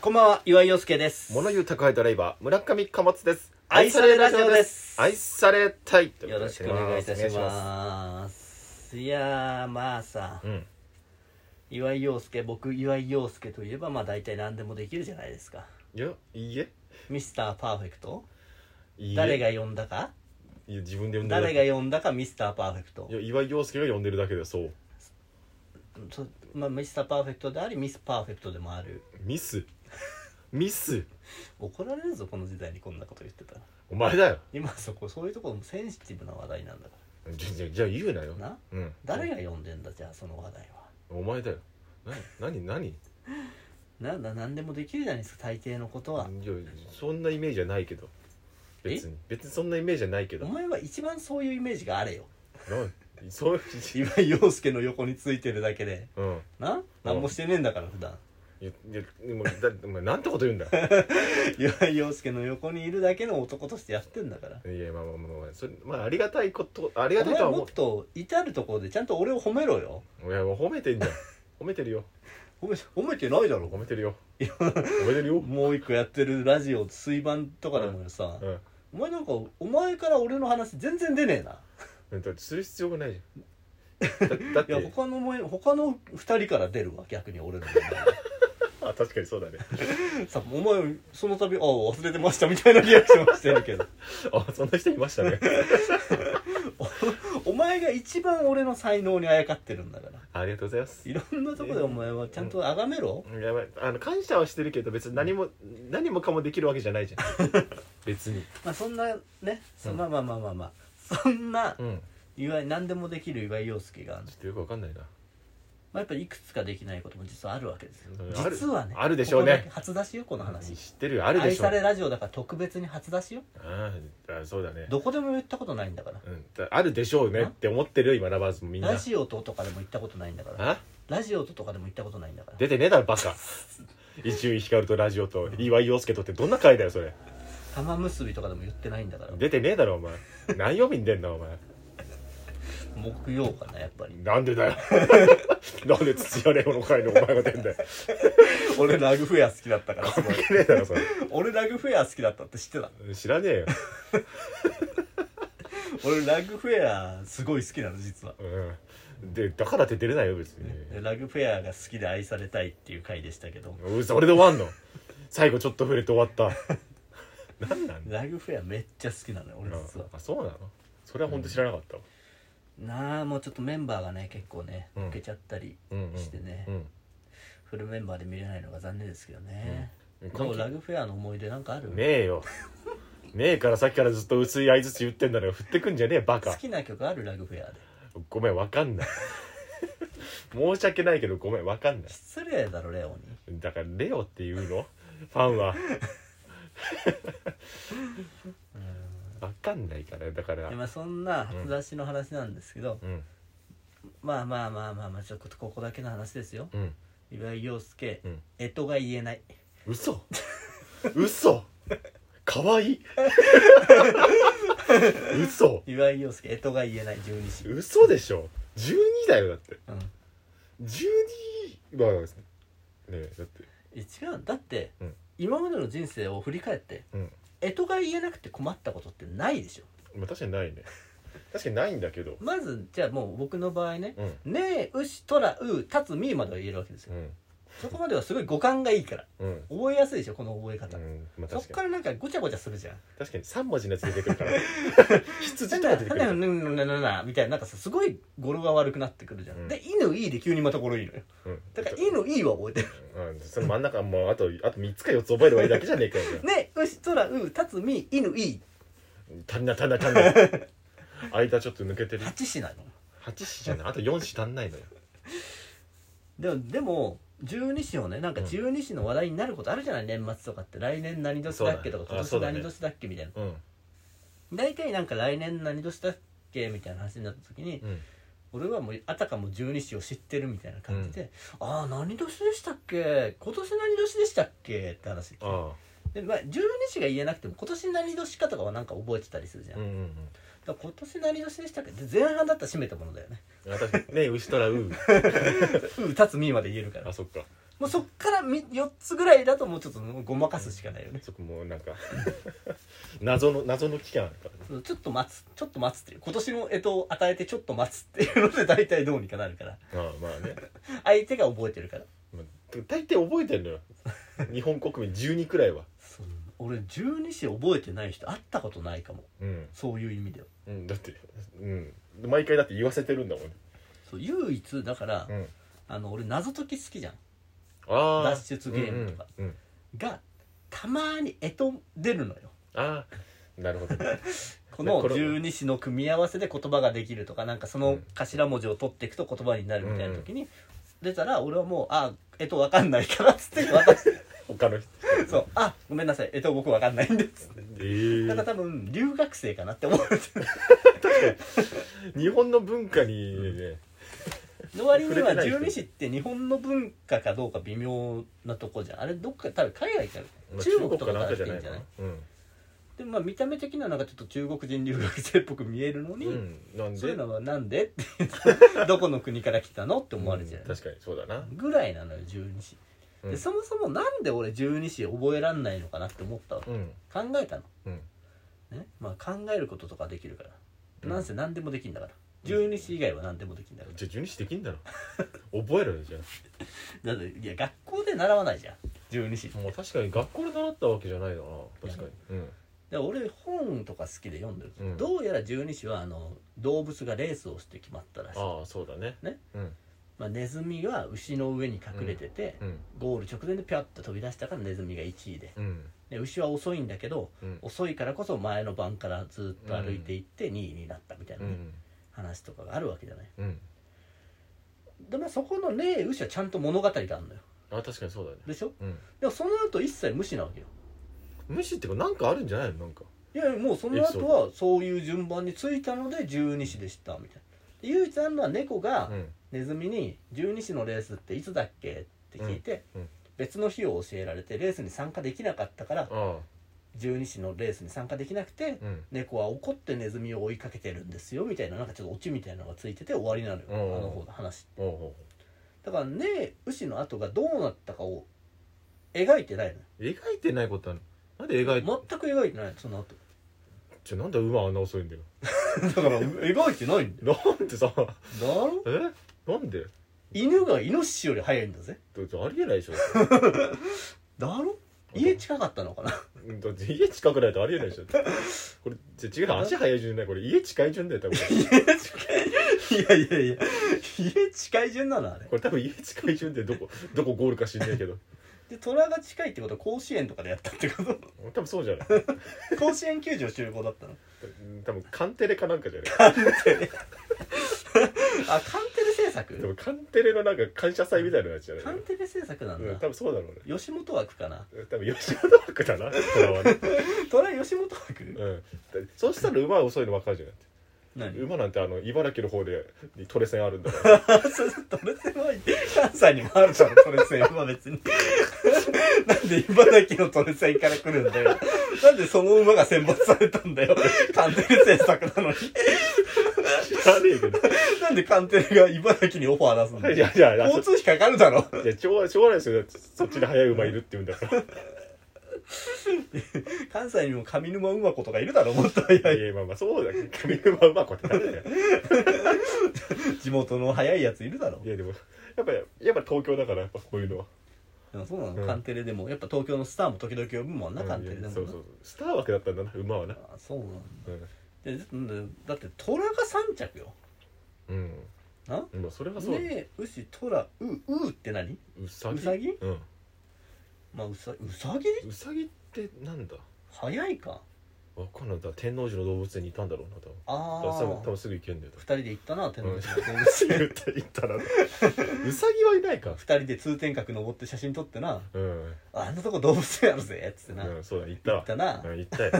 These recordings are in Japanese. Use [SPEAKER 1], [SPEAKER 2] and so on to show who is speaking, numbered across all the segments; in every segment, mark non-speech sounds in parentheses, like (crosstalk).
[SPEAKER 1] こんばんは、岩井洋介です。
[SPEAKER 2] 物言う宅配ドライバー村上貨物です
[SPEAKER 1] 愛されラジオです
[SPEAKER 2] 愛されたい
[SPEAKER 1] よろしくお願いいたします。いやー、まあさ
[SPEAKER 2] お、願いし
[SPEAKER 1] 岩井洋介、僕岩井洋介といえば、まあ大体何でもできるじゃないですか。
[SPEAKER 2] ますうんいやいいえ
[SPEAKER 1] ミスターパーフェクト
[SPEAKER 2] いいえ
[SPEAKER 1] 誰が呼んだか
[SPEAKER 2] いや自分で呼んでるだ
[SPEAKER 1] 誰
[SPEAKER 2] け
[SPEAKER 1] が呼んだかミスターパーフェクト
[SPEAKER 2] い。や岩井陽介が呼んでるだけでそう
[SPEAKER 1] そまあ、ミスターパーフェクトであり、ミスパーフェクトでもある。
[SPEAKER 2] ミスミス
[SPEAKER 1] 怒られるぞ、この時代にこんなこと言ってたら。
[SPEAKER 2] お前だよ
[SPEAKER 1] 今そこ、そういうところもセンシティブな話題なんだか
[SPEAKER 2] じゃじゃじゃあ言うなよ
[SPEAKER 1] ら。な
[SPEAKER 2] うん
[SPEAKER 1] 誰が呼んでんだ、じゃあその話題は。
[SPEAKER 2] お前だよな何何
[SPEAKER 1] なんだ、何でもできるじゃないですか、大抵のことは。
[SPEAKER 2] いやそんなイメージはないけど別に別にそんなイメージはないけど
[SPEAKER 1] お前は一番そういうイメージがあれよ
[SPEAKER 2] なそういう (laughs)
[SPEAKER 1] 今陽介の横についてるだけで
[SPEAKER 2] うん
[SPEAKER 1] な何もしてねえんだから普段 (laughs)
[SPEAKER 2] いやいやでもだお前なんてこと言うんだ
[SPEAKER 1] 岩井陽介の横にいるだけの男としてやってんだから
[SPEAKER 2] いやまあまあまあまあそれまあありがたいことありが
[SPEAKER 1] お
[SPEAKER 2] たいと
[SPEAKER 1] 前
[SPEAKER 2] は
[SPEAKER 1] も
[SPEAKER 2] 思
[SPEAKER 1] っと至るところでちゃんと俺を褒めろよ
[SPEAKER 2] ういやもう褒めてんじゃん褒めてるよ
[SPEAKER 1] 褒め褒めてないだろ
[SPEAKER 2] 褒めてるよ褒めてるよ
[SPEAKER 1] もう一個やってるラジオ水盤とかでもさ、
[SPEAKER 2] うん
[SPEAKER 1] お前なんかお前から俺の話全然出ねえな
[SPEAKER 2] うんだってする必要がないじゃんだだっ
[SPEAKER 1] いや
[SPEAKER 2] て
[SPEAKER 1] 他のお前他の二人から出るわ逆に俺の名
[SPEAKER 2] あ確かにそうだね (laughs)
[SPEAKER 1] 前さお前その度あ忘れてましたみたいなリアクションしてるけど
[SPEAKER 2] あそんな人いましたね
[SPEAKER 1] お前が一番俺の才能にあやかってるんだから
[SPEAKER 2] ありがとうございます
[SPEAKER 1] いろんなとこでお前はちゃんと崇めろ、
[SPEAKER 2] やばいあの感謝はしてるけど別に何も何もかもできるわけじゃないじゃん
[SPEAKER 1] (laughs)
[SPEAKER 2] 別に
[SPEAKER 1] まあそんなねそ
[SPEAKER 2] うん
[SPEAKER 1] まあまあまあまあまあそんな
[SPEAKER 2] うん
[SPEAKER 1] 岩井何でもできる岩井陽介が、ま
[SPEAKER 2] ちょっとよくわかんないな
[SPEAKER 1] あ、やっぱりいくつかできないことも実はあるわけですよ
[SPEAKER 2] ある
[SPEAKER 1] 実はね
[SPEAKER 2] あるでしょうね
[SPEAKER 1] ここだけ初出しよこの話
[SPEAKER 2] 知ってるよあるで
[SPEAKER 1] 愛
[SPEAKER 2] しょ
[SPEAKER 1] されラジオだから特別に初出しよ
[SPEAKER 2] あーあそうだね
[SPEAKER 1] どこでも言ったことないんだから
[SPEAKER 2] うんだあるでしょうねって思ってる今ラバーズもみんな
[SPEAKER 1] ラジオととかでも言ったことないんだから
[SPEAKER 2] あ
[SPEAKER 1] ラジオととかでも言ったことないんだから
[SPEAKER 2] 出てねえだろバカ伊集院光とラジオと岩井陽介とってどんな回だよそれ
[SPEAKER 1] 玉結びとかでも言ってないんだから
[SPEAKER 2] 出てねえだろお前何曜日に出んだお前
[SPEAKER 1] 木曜かなやっぱり
[SPEAKER 2] なんでだよ (laughs) なんで土屋レオの回のお前が出んだよ
[SPEAKER 1] 俺ラグフェア好きだったからすごい
[SPEAKER 2] 関係ねえだろそれ
[SPEAKER 1] 俺ラグフェア好きだったって知ってた
[SPEAKER 2] 知らねえよ、
[SPEAKER 1] 俺ラグフェアすごい好きなの実は
[SPEAKER 2] うん、でだからって出れないよ別に
[SPEAKER 1] ラグフェアが好きで愛されたいっていう回でしたけど
[SPEAKER 2] うんそれで終わんの最後ちょっと触れて終わった何なんだ
[SPEAKER 1] ラグフェアめっちゃ好きなのよ俺実は
[SPEAKER 2] あそうなのそれは本当知らなかったわ
[SPEAKER 1] なあもうちょっとメンバーがね結構ね
[SPEAKER 2] うん
[SPEAKER 1] 受けちゃったり
[SPEAKER 2] うんうん
[SPEAKER 1] してね
[SPEAKER 2] うん
[SPEAKER 1] フルメンバーで見れないのが残念ですけどね
[SPEAKER 2] うん
[SPEAKER 1] でもラグフェアの思い出なんかある
[SPEAKER 2] ねえよねえからさっきからずっと薄い相づち言ってんだよ振ってくんじゃねえバ
[SPEAKER 1] 好
[SPEAKER 2] カ
[SPEAKER 1] きな曲あるラグフェアで
[SPEAKER 2] ごめんわかんない申し訳ないけどごめんわかんない
[SPEAKER 1] 失礼だろレオに
[SPEAKER 2] だからレオっていうのファンはわかんないからだから
[SPEAKER 1] でまあそんな初出しの話なんですけど
[SPEAKER 2] うん
[SPEAKER 1] まあまあまあまあまあちょっとここだけの話ですよ
[SPEAKER 2] うん
[SPEAKER 1] 岩井陽介
[SPEAKER 2] うん
[SPEAKER 1] 干支が言えない
[SPEAKER 2] 嘘嘘かわいい嘘
[SPEAKER 1] 岩井陽介干支が言えない十二支
[SPEAKER 2] 嘘でしょ12だよだって
[SPEAKER 1] うん
[SPEAKER 2] 12はねえだって
[SPEAKER 1] え違うだって、
[SPEAKER 2] うん
[SPEAKER 1] 今までの人生を振り返って
[SPEAKER 2] うん
[SPEAKER 1] 干支が言えなくて困ったことってないでしょ
[SPEAKER 2] まあ確かにないね確かにないんだけど
[SPEAKER 1] まずじゃあもう僕の場合ね
[SPEAKER 2] う
[SPEAKER 1] 「
[SPEAKER 2] ん
[SPEAKER 1] ねえうしとらうたつみ」までは言えるわけです
[SPEAKER 2] う
[SPEAKER 1] よ
[SPEAKER 2] ん
[SPEAKER 1] そこまではすごい語感がいいから
[SPEAKER 2] うん
[SPEAKER 1] 覚えやすいでしょこの覚え
[SPEAKER 2] う
[SPEAKER 1] 方、
[SPEAKER 2] んまあ
[SPEAKER 1] そっ
[SPEAKER 2] 確
[SPEAKER 1] か
[SPEAKER 2] から
[SPEAKER 1] なんかごちゃごちゃするじゃん
[SPEAKER 2] に確かに3文字のやつ出てくるから
[SPEAKER 1] (laughs) 「
[SPEAKER 2] 羊
[SPEAKER 1] なん
[SPEAKER 2] とか
[SPEAKER 1] だ
[SPEAKER 2] 出て
[SPEAKER 1] な
[SPEAKER 2] く
[SPEAKER 1] ん
[SPEAKER 2] るか
[SPEAKER 1] だよな
[SPEAKER 2] ら
[SPEAKER 1] んだなんだなんだ」みたいななんかさすごい語呂が悪くなってくるじゃん、
[SPEAKER 2] うん
[SPEAKER 1] で「いのい」で急にまた語呂いいのよ
[SPEAKER 2] うん
[SPEAKER 1] だから「いのい」は覚えてる
[SPEAKER 2] うんその真ん中もうあとあと3つか4つ覚えればいいだけじゃねえかよ
[SPEAKER 1] 「ねえうしとらうたつみいのい
[SPEAKER 2] 足んない足んない足んない間ちょっと抜けて」る
[SPEAKER 1] 八支なの
[SPEAKER 2] 8子じゃないあと4子足んないのよ
[SPEAKER 1] でもでも十二支をねなんか
[SPEAKER 2] うん
[SPEAKER 1] 十二支の話題になることあるじゃない、年末とかって来年何年だっけとか、今年
[SPEAKER 2] そうだね
[SPEAKER 1] 何年だっけみたいな
[SPEAKER 2] うん
[SPEAKER 1] 大体なんか来年何年だっけみたいな話になった時に、
[SPEAKER 2] うん
[SPEAKER 1] 俺はもうあたかも十二支を知ってるみたいな感じで「ああ何年でしたっけ今年何年でしたっけ?」って話
[SPEAKER 2] あ
[SPEAKER 1] で、まあ、十二支が言えなくても今年何年かとかはなんか覚えてたりするじゃ
[SPEAKER 2] あ
[SPEAKER 1] ん、
[SPEAKER 2] うん
[SPEAKER 1] だ
[SPEAKER 2] うん
[SPEAKER 1] から今年何年でしたっけで前半だったら締めたものだよね
[SPEAKER 2] うんあ確かにね牛とらう
[SPEAKER 1] 「う」「たつみ」まで言えるから
[SPEAKER 2] あそっか
[SPEAKER 1] もうそっから4つぐらいだともうちょっともうごまかすしかないよね
[SPEAKER 2] そこもうなんか (laughs) 謎の謎の期間あるか
[SPEAKER 1] そ
[SPEAKER 2] らね
[SPEAKER 1] うちょっと待つちょっと待つっていう今年の干支を与えてちょっと待つっていうので大体どうにかなるから
[SPEAKER 2] ああまあね、
[SPEAKER 1] 相手が覚えてるから
[SPEAKER 2] まあ、大体覚えてるのよ日本国民12くらいは
[SPEAKER 1] そう俺十二支覚えてない人会ったことないかも
[SPEAKER 2] うん、
[SPEAKER 1] そういう意味では
[SPEAKER 2] うん、だってうん毎回だって言わせてるんだもんね、
[SPEAKER 1] そう唯一だから、
[SPEAKER 2] うん、
[SPEAKER 1] あの俺謎解き好きじゃん
[SPEAKER 2] ああ
[SPEAKER 1] 脱出ゲームとか、
[SPEAKER 2] うんうんうん
[SPEAKER 1] がたまに干支出るのよ
[SPEAKER 2] ああなるほど
[SPEAKER 1] (laughs) この
[SPEAKER 2] これ
[SPEAKER 1] 十二支の組み合わせで言葉ができるとかなんかその頭文字を取っていくと言葉になるみたいな時に、出たら俺はもう「あえと分かんないから」っつって渡 (laughs) して
[SPEAKER 2] 他の人
[SPEAKER 1] 「そうあごめんなさいえと僕分かんないんです」
[SPEAKER 2] ええ
[SPEAKER 1] だから多分留学生かな (laughs) って思う
[SPEAKER 2] 日本の文化にね、
[SPEAKER 1] の割には
[SPEAKER 2] 触れてない人
[SPEAKER 1] 十二支って日本本の文化かどうか微妙なとこじゃんあれどっか多分海外から中国とかから来てんじゃない
[SPEAKER 2] うん、
[SPEAKER 1] でもまあ見た目的にはなんかちょっと中国人留学生っぽく見えるのに、
[SPEAKER 2] うん、なんで
[SPEAKER 1] そういうのはなんでって (laughs) どこの国から来たのって思われるじゃない、
[SPEAKER 2] うん確かにそうだな
[SPEAKER 1] ぐらいなのよ十二支、
[SPEAKER 2] う
[SPEAKER 1] で
[SPEAKER 2] ん
[SPEAKER 1] そもそもなんで俺十二支覚えらんないのかなって思ったわけ、
[SPEAKER 2] うん
[SPEAKER 1] 考えたの、
[SPEAKER 2] うん
[SPEAKER 1] ねまあ、考えることとかできるから、
[SPEAKER 2] うん
[SPEAKER 1] なんせ何でもできんだから十二支以外は何でもできんだか
[SPEAKER 2] じゃあ12時できんだろ覚えろよじゃ
[SPEAKER 1] らだっていや学校で習わないじゃん十二支
[SPEAKER 2] あもう確かに学校で習ったわけじゃないだな確かに
[SPEAKER 1] で俺本とか好きで読んでる、
[SPEAKER 2] うん
[SPEAKER 1] どうやら十二支はあの動物がレースをして決まったらしい
[SPEAKER 2] うん、ああそうだね
[SPEAKER 1] ね
[SPEAKER 2] うん
[SPEAKER 1] まあ、ネズミは牛の上に隠れてて、
[SPEAKER 2] うん
[SPEAKER 1] ゴール直前でピャッと飛び出したからネズミが1位で
[SPEAKER 2] うん
[SPEAKER 1] で牛は遅いんだけど
[SPEAKER 2] うん
[SPEAKER 1] 遅いからこそ前の晩からずっと歩いていって2位になったみたいな
[SPEAKER 2] う
[SPEAKER 1] ね、
[SPEAKER 2] ん
[SPEAKER 1] 話とかがあるわけじゃない
[SPEAKER 2] うん
[SPEAKER 1] でまあそこのね牛はちゃんと物語があるのよ
[SPEAKER 2] あ確かにそうだね
[SPEAKER 1] でしょ
[SPEAKER 2] うん
[SPEAKER 1] でもその後一切無視なわけよ
[SPEAKER 2] 無視ってかなんかあるんじゃないのなんか
[SPEAKER 1] いやいやもうその後はそういう順番についたので十二支でしたみたいなで唯一あるのは猫が
[SPEAKER 2] うん
[SPEAKER 1] ネズミに「十二支のレースっていつだっけ?」って聞いて、
[SPEAKER 2] うんうん
[SPEAKER 1] 別の日を教えられてレースに参加できなかったから
[SPEAKER 2] ああ
[SPEAKER 1] 十二支のレースに参加できなくて
[SPEAKER 2] うん
[SPEAKER 1] 猫は怒ってネズミを追いかけてるんですよみたいななんかちょっとオチみたいなのがついてて終わりなの
[SPEAKER 2] うん
[SPEAKER 1] よあの方の話
[SPEAKER 2] おうお
[SPEAKER 1] だからね牛の後がどうなったかを描いてない
[SPEAKER 2] お描いてないことあるなんで描い
[SPEAKER 1] のよ全く描いてないのその後 (laughs)
[SPEAKER 2] じゃあなんで馬あんな遅いんだよ
[SPEAKER 1] だから描いてないんだよ
[SPEAKER 2] なんでさ
[SPEAKER 1] だろ
[SPEAKER 2] えなんで
[SPEAKER 1] 犬がイノシシより早いんだぜ
[SPEAKER 2] だってありえないでしょ
[SPEAKER 1] だろ家近かったのかな
[SPEAKER 2] だって家近くないとありえないでしょこれじゃ違う足早い順じゃないこれ家近い順だよ多分
[SPEAKER 1] 家近 (laughs) いいやいやいや家近い順なのあれ
[SPEAKER 2] これ多分家近い順でどこどこゴールか知んないけど
[SPEAKER 1] で虎が近いってことは甲子園とかでやったってこと (laughs)
[SPEAKER 2] 多分そうじゃない
[SPEAKER 1] 甲子園球場集合だったの
[SPEAKER 2] 多分カンテレかなんかじゃない
[SPEAKER 1] あカンテレ制作
[SPEAKER 2] 多分カンテレのなんか感謝祭みたいなやつじゃな
[SPEAKER 1] カ
[SPEAKER 2] い
[SPEAKER 1] ンテレ制作な
[SPEAKER 2] うんん
[SPEAKER 1] だ
[SPEAKER 2] 多分そうだろうね
[SPEAKER 1] 吉本枠かな
[SPEAKER 2] 多分吉本枠だな虎はね、
[SPEAKER 1] トラ吉本枠
[SPEAKER 2] うん、だそうしたら馬は遅いの分かるじゃない
[SPEAKER 1] 何
[SPEAKER 2] (laughs) 馬なんてあの茨城の方でトレセンあるんだから
[SPEAKER 1] あ (laughs) そうそうトレセンは関西にもあるからトレセンは別に (laughs) なんで茨城のトレセンから来るんだ (laughs) よなんでその馬が選抜されたんだよカンテレ制作なのに
[SPEAKER 2] 知らねえけど
[SPEAKER 1] なんでカンテレが茨城にオファー出すんだ
[SPEAKER 2] (laughs) い
[SPEAKER 1] よ
[SPEAKER 2] やいやいや
[SPEAKER 1] 交通費かかるだろ
[SPEAKER 2] いやしょうがしょうがないですよだってそっちで速い馬いるって言うん
[SPEAKER 1] (laughs)
[SPEAKER 2] だから
[SPEAKER 1] 関西にも上沼馬子とかいるだろもっと早い
[SPEAKER 2] いやまあまあそうだけど上沼馬子って誰だよ
[SPEAKER 1] 地元の早いやついるだろ
[SPEAKER 2] いやでも (laughs) やっぱやっぱ東京だからやっぱこういうのは
[SPEAKER 1] でもそうな
[SPEAKER 2] う
[SPEAKER 1] の
[SPEAKER 2] ん
[SPEAKER 1] カンテレでもやっぱ東京のスターも時々呼ぶもんなカンテレで
[SPEAKER 2] う
[SPEAKER 1] も
[SPEAKER 2] ん
[SPEAKER 1] な
[SPEAKER 2] そうそうそうスター枠だったんだな馬はな
[SPEAKER 1] あそうなんだ
[SPEAKER 2] うん、
[SPEAKER 1] でなんだだって虎が3着よ
[SPEAKER 2] うん
[SPEAKER 1] な
[SPEAKER 2] まあ、それはそう、
[SPEAKER 1] ねえ牛虎うううって何
[SPEAKER 2] うさ
[SPEAKER 1] う
[SPEAKER 2] ぎ
[SPEAKER 1] さぎ
[SPEAKER 2] うん
[SPEAKER 1] まあうさうさぎ
[SPEAKER 2] うさぎってなんだ
[SPEAKER 1] 早いか
[SPEAKER 2] わかんないだから天王寺の動物園にいたんだろうな多分
[SPEAKER 1] あ
[SPEAKER 2] だから多分多
[SPEAKER 1] あ
[SPEAKER 2] 分すぐ行けんだよ
[SPEAKER 1] 二人で行ったな天皇
[SPEAKER 2] うん
[SPEAKER 1] 寺の
[SPEAKER 2] (laughs)
[SPEAKER 1] 動物園
[SPEAKER 2] 言った言ったらうさぎはいないか
[SPEAKER 1] 二人で通天閣登って写真撮ってな
[SPEAKER 2] うん、
[SPEAKER 1] ああんなとこ動物園あるぜっつってな、
[SPEAKER 2] うん、そうだ行った
[SPEAKER 1] 行
[SPEAKER 2] わ
[SPEAKER 1] ったな、あ
[SPEAKER 2] うん、行ったよ、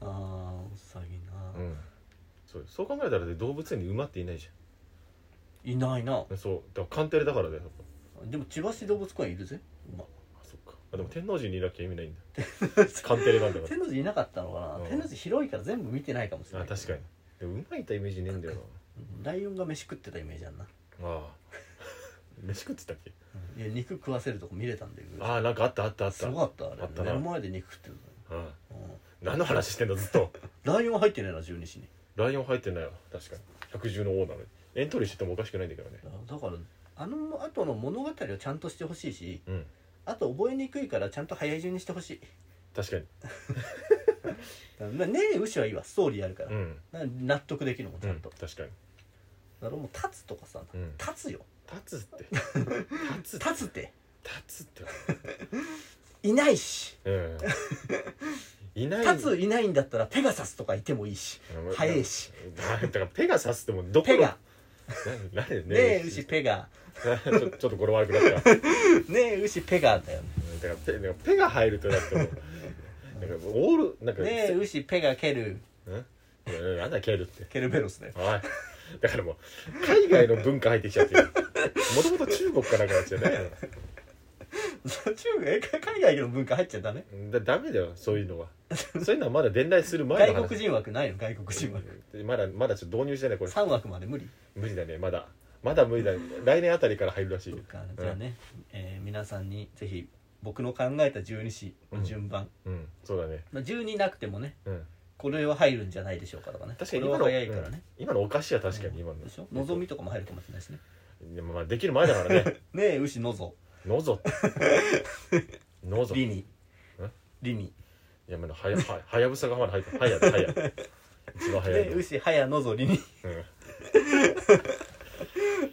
[SPEAKER 1] あうさぎ
[SPEAKER 2] う
[SPEAKER 1] な、
[SPEAKER 2] ん、そうそう考えたらね動物園に馬っていないじ
[SPEAKER 1] いないな
[SPEAKER 2] ゃんそうだからカンテレだからだよやっぱ
[SPEAKER 1] でも千葉市動物公園いるぜ、
[SPEAKER 2] (laughs)
[SPEAKER 1] ま
[SPEAKER 2] あそっかあでも天王寺にいなきゃ意味ないんだカンテレなんだから
[SPEAKER 1] 天皇寺いなかったのかな、
[SPEAKER 2] うん
[SPEAKER 1] 天皇寺広いから全部見てないかもし (laughs) れな
[SPEAKER 2] あ
[SPEAKER 1] い
[SPEAKER 2] 確かにでも馬いたイメージねえんだよ
[SPEAKER 1] (laughs) ライオンが飯食ってたイメージあんな
[SPEAKER 2] なああ (laughs) 飯食ってたっけ
[SPEAKER 1] いや肉食わせるとこ見れたんだけど
[SPEAKER 2] ああなんかあったあったあった
[SPEAKER 1] すごかったあれ
[SPEAKER 2] あった
[SPEAKER 1] 目
[SPEAKER 2] な
[SPEAKER 1] の前で肉食ってる
[SPEAKER 2] うん
[SPEAKER 1] のよ、
[SPEAKER 2] 何の話してんだずっと (laughs)
[SPEAKER 1] うん、ライオンは入ってないな十二支に
[SPEAKER 2] ライオン入ってないよ確かに百獣の王なのにエントリーしててもおかしくないんだけどね
[SPEAKER 1] だだからあの後の物語をちゃんとしてほしいし
[SPEAKER 2] うん
[SPEAKER 1] あと覚えにくいからちゃんと早い順にしてほしい
[SPEAKER 2] 確かに
[SPEAKER 1] だからねえ牛はいいわストーリーあるから
[SPEAKER 2] う、ん
[SPEAKER 1] だから納得できるもんち
[SPEAKER 2] う
[SPEAKER 1] ゃ
[SPEAKER 2] ん
[SPEAKER 1] んと、
[SPEAKER 2] 確かに
[SPEAKER 1] だからもう立つとかさ、
[SPEAKER 2] うん
[SPEAKER 1] 立つよ
[SPEAKER 2] 立つって
[SPEAKER 1] (laughs)
[SPEAKER 2] 立つ
[SPEAKER 1] 立つって
[SPEAKER 2] 立つって
[SPEAKER 1] いないし
[SPEAKER 2] うん
[SPEAKER 1] (laughs)
[SPEAKER 2] いない
[SPEAKER 1] 立ついないんだったらペガサスとかいてもいいし
[SPEAKER 2] うん
[SPEAKER 1] 早いし
[SPEAKER 2] (laughs) だだからペガ刺すってもうどこ
[SPEAKER 1] ペガ
[SPEAKER 2] ななんで
[SPEAKER 1] ねえ牛
[SPEAKER 2] (laughs)
[SPEAKER 1] ペガ
[SPEAKER 2] ちょちょっと語呂悪くなったからだか
[SPEAKER 1] ねえ牛ペガだよね
[SPEAKER 2] らペだからペが入るとだってもうなんかオールなんか
[SPEAKER 1] ねえ牛ペガケル
[SPEAKER 2] うんなんだケルって
[SPEAKER 1] ケルベロスだよ
[SPEAKER 2] はいだからもう海外の文化入ってきちゃってるもともと中国かなんかじゃないの
[SPEAKER 1] 中国え海外の文化入っちゃダメ
[SPEAKER 2] だダメだよそういうのはそういうのはまだ伝来する前の話
[SPEAKER 1] 外国人枠ないの外国人枠
[SPEAKER 2] まだまだちょっと導入してないこれ
[SPEAKER 1] 3枠まで無理
[SPEAKER 2] 無理だねまだまだ無理だね来年あたりから入るらしい
[SPEAKER 1] そっかじゃあね、えー皆さんにぜひ僕の考えた十二支の順番、
[SPEAKER 2] うんそうだね
[SPEAKER 1] まあ、12なくてもね
[SPEAKER 2] うん
[SPEAKER 1] これは入るんじゃないでしょうかとかね
[SPEAKER 2] 確かに
[SPEAKER 1] これ
[SPEAKER 2] 今
[SPEAKER 1] は
[SPEAKER 2] の
[SPEAKER 1] 早いからね、
[SPEAKER 2] うん今のおかしいは確かに今の
[SPEAKER 1] でしょ望みとかも入るかもしれないしね
[SPEAKER 2] でもまあできる前だか
[SPEAKER 1] (laughs)
[SPEAKER 2] らね
[SPEAKER 1] ねえ牛のぞ
[SPEAKER 2] のぞのぞ
[SPEAKER 1] リ
[SPEAKER 2] い
[SPEAKER 1] ニ
[SPEAKER 2] え
[SPEAKER 1] リニ
[SPEAKER 2] やまだはやははやぶさがまだ入ったはやはや一番
[SPEAKER 1] ね
[SPEAKER 2] 早い
[SPEAKER 1] え
[SPEAKER 2] の
[SPEAKER 1] 牛はやのぞリニ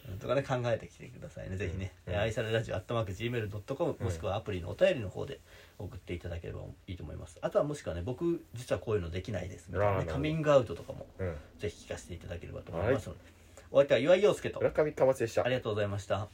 [SPEAKER 2] うん
[SPEAKER 1] とかね考えてきてくださいねぜひね、
[SPEAKER 2] うん
[SPEAKER 1] えー愛されラジオアットマーク Gmail.com もしくはアプリのお便りの方で送っていただければいいと思いますあとはもしくはね僕実はこういうのできないですみたいな
[SPEAKER 2] あー
[SPEAKER 1] ね
[SPEAKER 2] なるほど
[SPEAKER 1] カミングアウトとかも
[SPEAKER 2] うん
[SPEAKER 1] ぜひ聞かせていただければと思いますので、お相手は岩井陽介と
[SPEAKER 2] 村上かまつでした
[SPEAKER 1] ありがとうございました